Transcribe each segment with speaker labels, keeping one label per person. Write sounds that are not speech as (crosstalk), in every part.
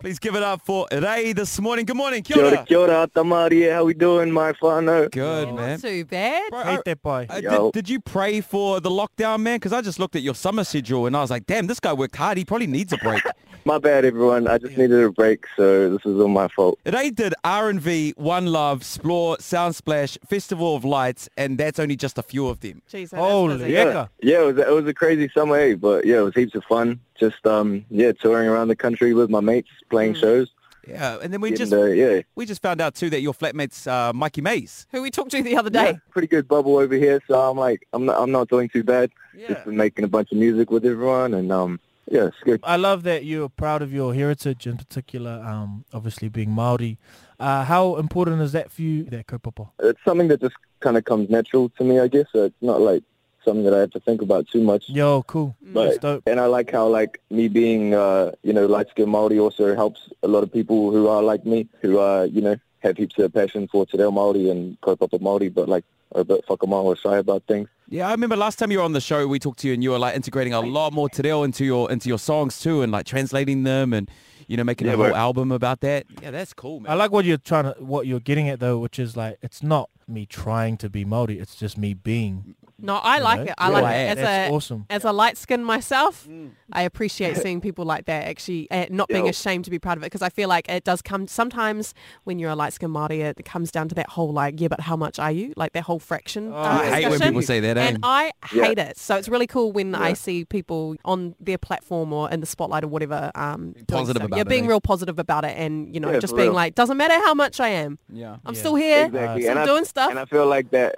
Speaker 1: Please give it up for Ray this morning. Good morning, kia
Speaker 2: Kia
Speaker 1: ora.
Speaker 2: ora, kia ora, Tamari. How we doing, my whānau?
Speaker 1: Good, man.
Speaker 3: Not too bad.
Speaker 1: Bro,
Speaker 4: Hate
Speaker 1: I-
Speaker 4: that boy.
Speaker 1: I
Speaker 2: Yo.
Speaker 1: did, did you pray for the lockdown, man? Because I just looked at your summer schedule and I was like, damn, this guy worked hard. He probably needs a (laughs) break.
Speaker 2: My bad, everyone. I just needed a break, so this is all my fault.
Speaker 1: Today did R&V, One Love, Splore, Sound Splash, Festival of Lights, and that's only just a few of them.
Speaker 3: Jeez, that's
Speaker 4: Holy
Speaker 3: busy.
Speaker 4: yeah.
Speaker 2: Yeah, it was, it was a crazy summer, eh? but yeah, it was heaps of fun. Just um, yeah, touring around the country with my mates, playing shows.
Speaker 1: Yeah, and then Mm. we
Speaker 2: Getting,
Speaker 1: just
Speaker 2: uh, yeah,
Speaker 1: we just found out too that your flatmate's uh, Mikey Mays.
Speaker 3: Who we talked to the other
Speaker 2: yeah,
Speaker 3: day.
Speaker 2: pretty good bubble over here. So I'm like, I'm not, I'm not doing too bad. Just been making a bunch of music with everyone, and um, yeah, it's good.
Speaker 4: I love that you're proud of your heritage, in particular, um, obviously being Maori. Uh, how important is that for you, that kaupapa?
Speaker 2: It's something that just kind of comes natural to me, I guess. So it's not like something that I have to think about too much.
Speaker 4: Yo, cool. That's
Speaker 2: But
Speaker 4: dope.
Speaker 2: and I like how like me being uh, you know light skinned Maori also helps a lot of people who are like me who are you know have heaps of passion for te reo Maori and kaupapa Maori, but like are a bit whakamau or shy about things.
Speaker 1: Yeah, I remember last time you were on the show, we talked to you and you were like integrating a lot more te reo into your into your songs too, and like translating them and you know making a
Speaker 2: Yeah,
Speaker 1: whole
Speaker 2: bro.
Speaker 1: album about that. Yeah, that's cool, man.
Speaker 4: I like what you're trying to, what you're getting at though, which is like, it's not me trying to be Maori, it's just me being.
Speaker 3: No, I like
Speaker 4: know?
Speaker 3: it. I
Speaker 1: Yeah.
Speaker 3: like
Speaker 1: Yeah.
Speaker 3: it. As
Speaker 4: That's
Speaker 3: a,
Speaker 4: awesome.
Speaker 3: As a light skin myself,
Speaker 1: Mm.
Speaker 3: I appreciate seeing people like that actually uh, not being
Speaker 2: Yeah.
Speaker 3: ashamed to be proud of it because I feel like it does come sometimes when you're a light skin Māori, it comes down to that whole like, yeah, but how much are you? Like that whole fraction. uh,
Speaker 1: Oh, I hate when
Speaker 3: discussion.
Speaker 1: people say that, eh?
Speaker 3: And I
Speaker 2: Yeah.
Speaker 3: hate it. So it's really cool when I
Speaker 2: Yeah.
Speaker 3: see people on their platform or in the spotlight or whatever. Um, doing
Speaker 1: positive
Speaker 3: stuff.
Speaker 1: about
Speaker 3: yeah,
Speaker 1: it,
Speaker 3: being
Speaker 1: eh?
Speaker 3: real positive about it and, you know,
Speaker 2: Yeah,
Speaker 3: just
Speaker 2: for
Speaker 3: being
Speaker 2: real.
Speaker 3: like, doesn't matter how much I am.
Speaker 1: yeah.
Speaker 3: I'm
Speaker 4: Yeah.
Speaker 3: still here.
Speaker 2: Exactly,
Speaker 4: Still
Speaker 2: and I,
Speaker 3: doing stuff.
Speaker 2: and I feel like that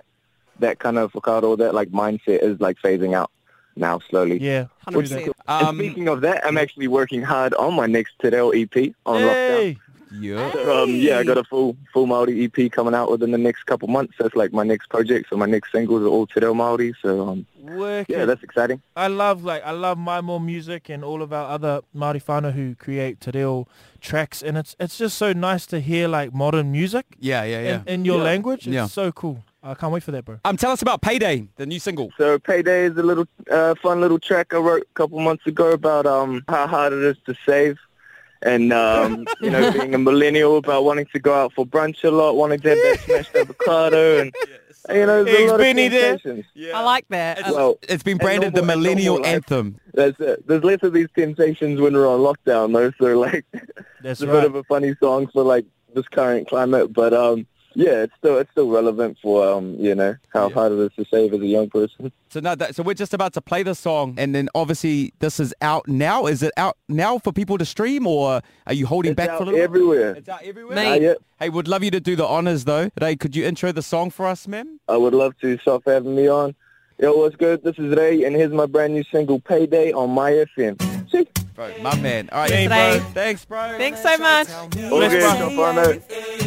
Speaker 2: that kind of whakaro, that like mindset is like phasing out now slowly.
Speaker 4: Yeah.
Speaker 3: 100%.
Speaker 2: and
Speaker 1: Um,
Speaker 2: speaking of that, I'm actually working hard on my next te reo EP on lockdown.
Speaker 4: Hey.
Speaker 1: yeah.
Speaker 2: So, um, yeah, I
Speaker 3: Hey.
Speaker 2: got a full full Maori EP coming out within the next couple months. That's like my next project. So my next singles are all Te Reo Maori. So um,
Speaker 4: Wicked.
Speaker 2: yeah, that's exciting.
Speaker 4: I love like I love my more music and all of our other Māori whānau who create te reo tracks and it's it's just so nice to hear like modern music
Speaker 1: Yeah, yeah, yeah.
Speaker 4: in, in your
Speaker 2: Yeah.
Speaker 4: language. It's
Speaker 1: Yeah.
Speaker 4: so cool. I can't wait for that, bro.
Speaker 1: um, tell us about Payday, the new single.
Speaker 2: So Payday is a little uh, fun little track I wrote a couple months ago about um, how hard it is to save. And, um, (laughs) you know, being a millennial about wanting to go out for brunch a lot, wanting to have that smashed avocado. And, you know, there's
Speaker 4: He's
Speaker 2: a lot
Speaker 4: been
Speaker 2: of
Speaker 4: there.
Speaker 2: temptations.
Speaker 1: Yeah.
Speaker 3: I like that. I
Speaker 2: Well,
Speaker 1: It's been
Speaker 2: And
Speaker 1: branded the
Speaker 2: normal- and
Speaker 1: millennial
Speaker 2: normal eh? life.
Speaker 1: anthem.
Speaker 2: that's it. There's less of these temptations when we're on lockdown, though. So, like, (laughs) it's
Speaker 4: That's
Speaker 2: a
Speaker 4: right.
Speaker 2: bit of a funny song for like this current climate, but um, yeah, it's still it's still relevant for um, you know, how hard it is to save as a young person.
Speaker 1: So now that, so we're just about to play the song, and then obviously this is out now. Is it out now for people to stream, or are you holding
Speaker 2: It's
Speaker 1: back
Speaker 2: out
Speaker 1: for a little?
Speaker 2: everywhere.
Speaker 1: It's out everywhere.
Speaker 3: Mate.
Speaker 2: Uh, yeah,
Speaker 1: Hey, would love you to do the honors though. Ray, could you intro the song for us, man?
Speaker 2: I would love to stop having me on. Yo, what's good? This is Ray, and here's my brand new single "Payday" on My FM. See?
Speaker 1: Bro, my man. All right,
Speaker 4: Thanks,
Speaker 3: Ray.
Speaker 1: Thanks, bro.
Speaker 3: Thanks so much.
Speaker 2: All
Speaker 4: Bless
Speaker 2: good.
Speaker 4: you.
Speaker 2: Jump on it.